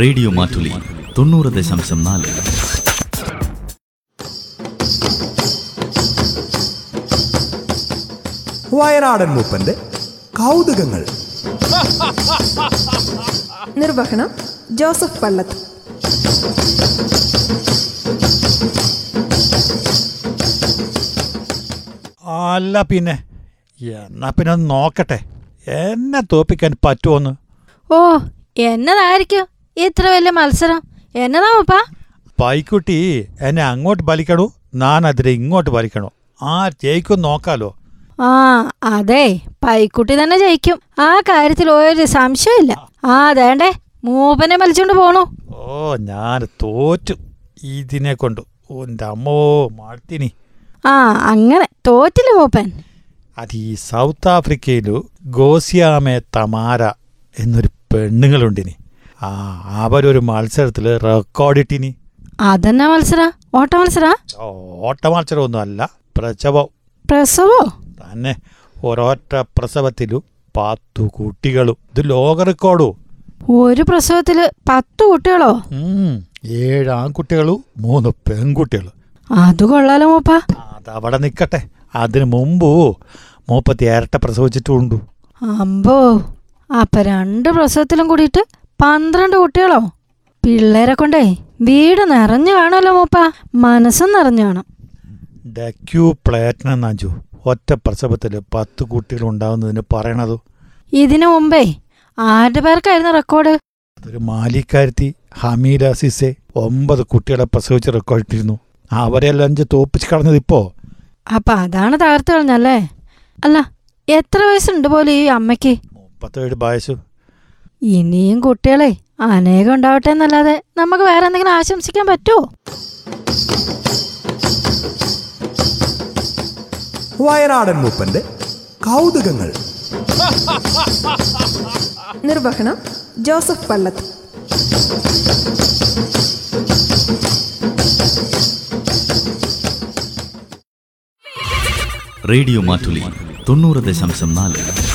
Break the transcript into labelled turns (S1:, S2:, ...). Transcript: S1: radio Mattoli തൊണ്ണൂറ് ദശാംശം നാല്
S2: വയനാടൻ മൂപ്പന്റെ കൗതുകങ്ങൾ
S3: നിർവഹണം ജോസഫ് പള്ളത്ത്
S4: അല്ല പിന്നെ എന്നാ പിന്നെ ഒന്ന് നോക്കട്ടെ എന്നെ തോപ്പിക്കാൻ പറ്റുമോന്ന്
S5: ഓ എന്നതായിരിക്കും ഇത്ര വലിയ മത്സരം എന്നതാ ഉപ്പ
S4: പൈക്കുട്ടി എന്നെ അങ്ങോട്ട് വലിക്കണോ ഞാനതിരെ ഇങ്ങോട്ട് വലിക്കണോ ആ ജയിക്കും നോക്കാലോ
S5: ആ അതെ പൈക്കുട്ടി തന്നെ ജയിക്കും ആ കാര്യത്തിൽ ഒരു സംശയമില്ല ആ അതേണ്ടേ മൂപ്പനെ മലിച്ചോണ്ട് പോണു
S4: ഓ ഞാൻ തോറ്റു ഇതിനെ കൊണ്ട് എൻ്റെ അമ്മോ മാർട്ടിനി
S5: ആ അങ്ങനെ തോറ്റില്ല മൂപ്പൻ
S4: അത് ഈ സൗത്ത് ആഫ്രിക്കയിൽ ഗോസിയാമെ തമാര എന്നൊരു പെണ്ണുങ്ങളുണ്ടിനി ആ അവരൊരു മത്സരത്തിൽ റെക്കോർഡിട്ടിനി
S5: അതെന്നാ മത്സര ഓട്ട മത്സര
S4: ഓട്ട മത്സരമൊന്നുമല്ല പ്രസവം
S5: പ്രസവോ
S4: തന്നെ ഒരൊറ്റ പ്രസവത്തിലും പത്തു കുട്ടികളും ഇത് ലോക റെക്കോർഡു
S5: ഒരു പ്രസവത്തില് പത്ത് കുട്ടികളോ
S4: ഉം, ഏഴ് ആൺകുട്ടികളും മൂന്ന് പെൺകുട്ടികളും
S5: അത് കൊള്ളാലോ മൂപ്പ
S4: അതവിടെ നിൽക്കട്ടെ അതിനു മുമ്പ് മുപ്പത്തി ഇരട്ട പ്രസവിച്ചിട്ടുണ്ടു
S5: അമ്പോ അപ്പൊ രണ്ട് പ്രസവത്തിലും കൂടിയിട്ട് പന്ത്രണ്ട് കുട്ടികളോ പിള്ളേരെ കൊണ്ടേ വീട് നിറഞ്ഞു കാണുമല്ലോ മൂപ്പ മനസ്സും നിറഞ്ഞു കാണും
S4: ഡക്യൂ പ്ലേറ്റിന നാജു ഒറ്റ പ്രസവത്തിൽ പത്ത് കുട്ടികൾ ഉണ്ടാവുന്നതിന് പറയണത്
S5: ഇതിനു മുമ്പേ ആരുടെ പേർക്കായിരുന്നു റെക്കോർഡ്
S4: അതൊരു മാലിക്കാരുത്തി ഹമീദ സിസെ ഒമ്പത് കുട്ടികളെ പ്രസവിച്ച് റെക്കോർഡ് ഇട്ടിരുന്നു അവരെല്ലാം അഞ്ച് തോപ്പിച്ച് കളഞ്ഞത് ഇപ്പോൾ
S5: അപ്പൊ അതാണ് തകർത്ത് കളഞ്ഞല്ലേ അല്ല എത്ര വയസ്സുണ്ട് പോലും ഈ അമ്മയ്ക്ക്
S4: മുപ്പത്തേഴ് വയസ്സ്
S5: ഇനിയും കുട്ടികളെ അനേകം ഉണ്ടാവട്ടെ എന്നല്ലാതെ നമുക്ക് വേറെ എന്തെങ്കിലും ആശംസിക്കാൻ പറ്റുമോ
S2: വയനാടൻ മൂപ്പന്റെ കൗതുകങ്ങൾ
S3: നിർവഹണം ജോസഫ് പള്ളത്ത്
S1: റേഡിയോ മാറ്റുലി തൊണ്ണൂറ് ദശാംശം നാല്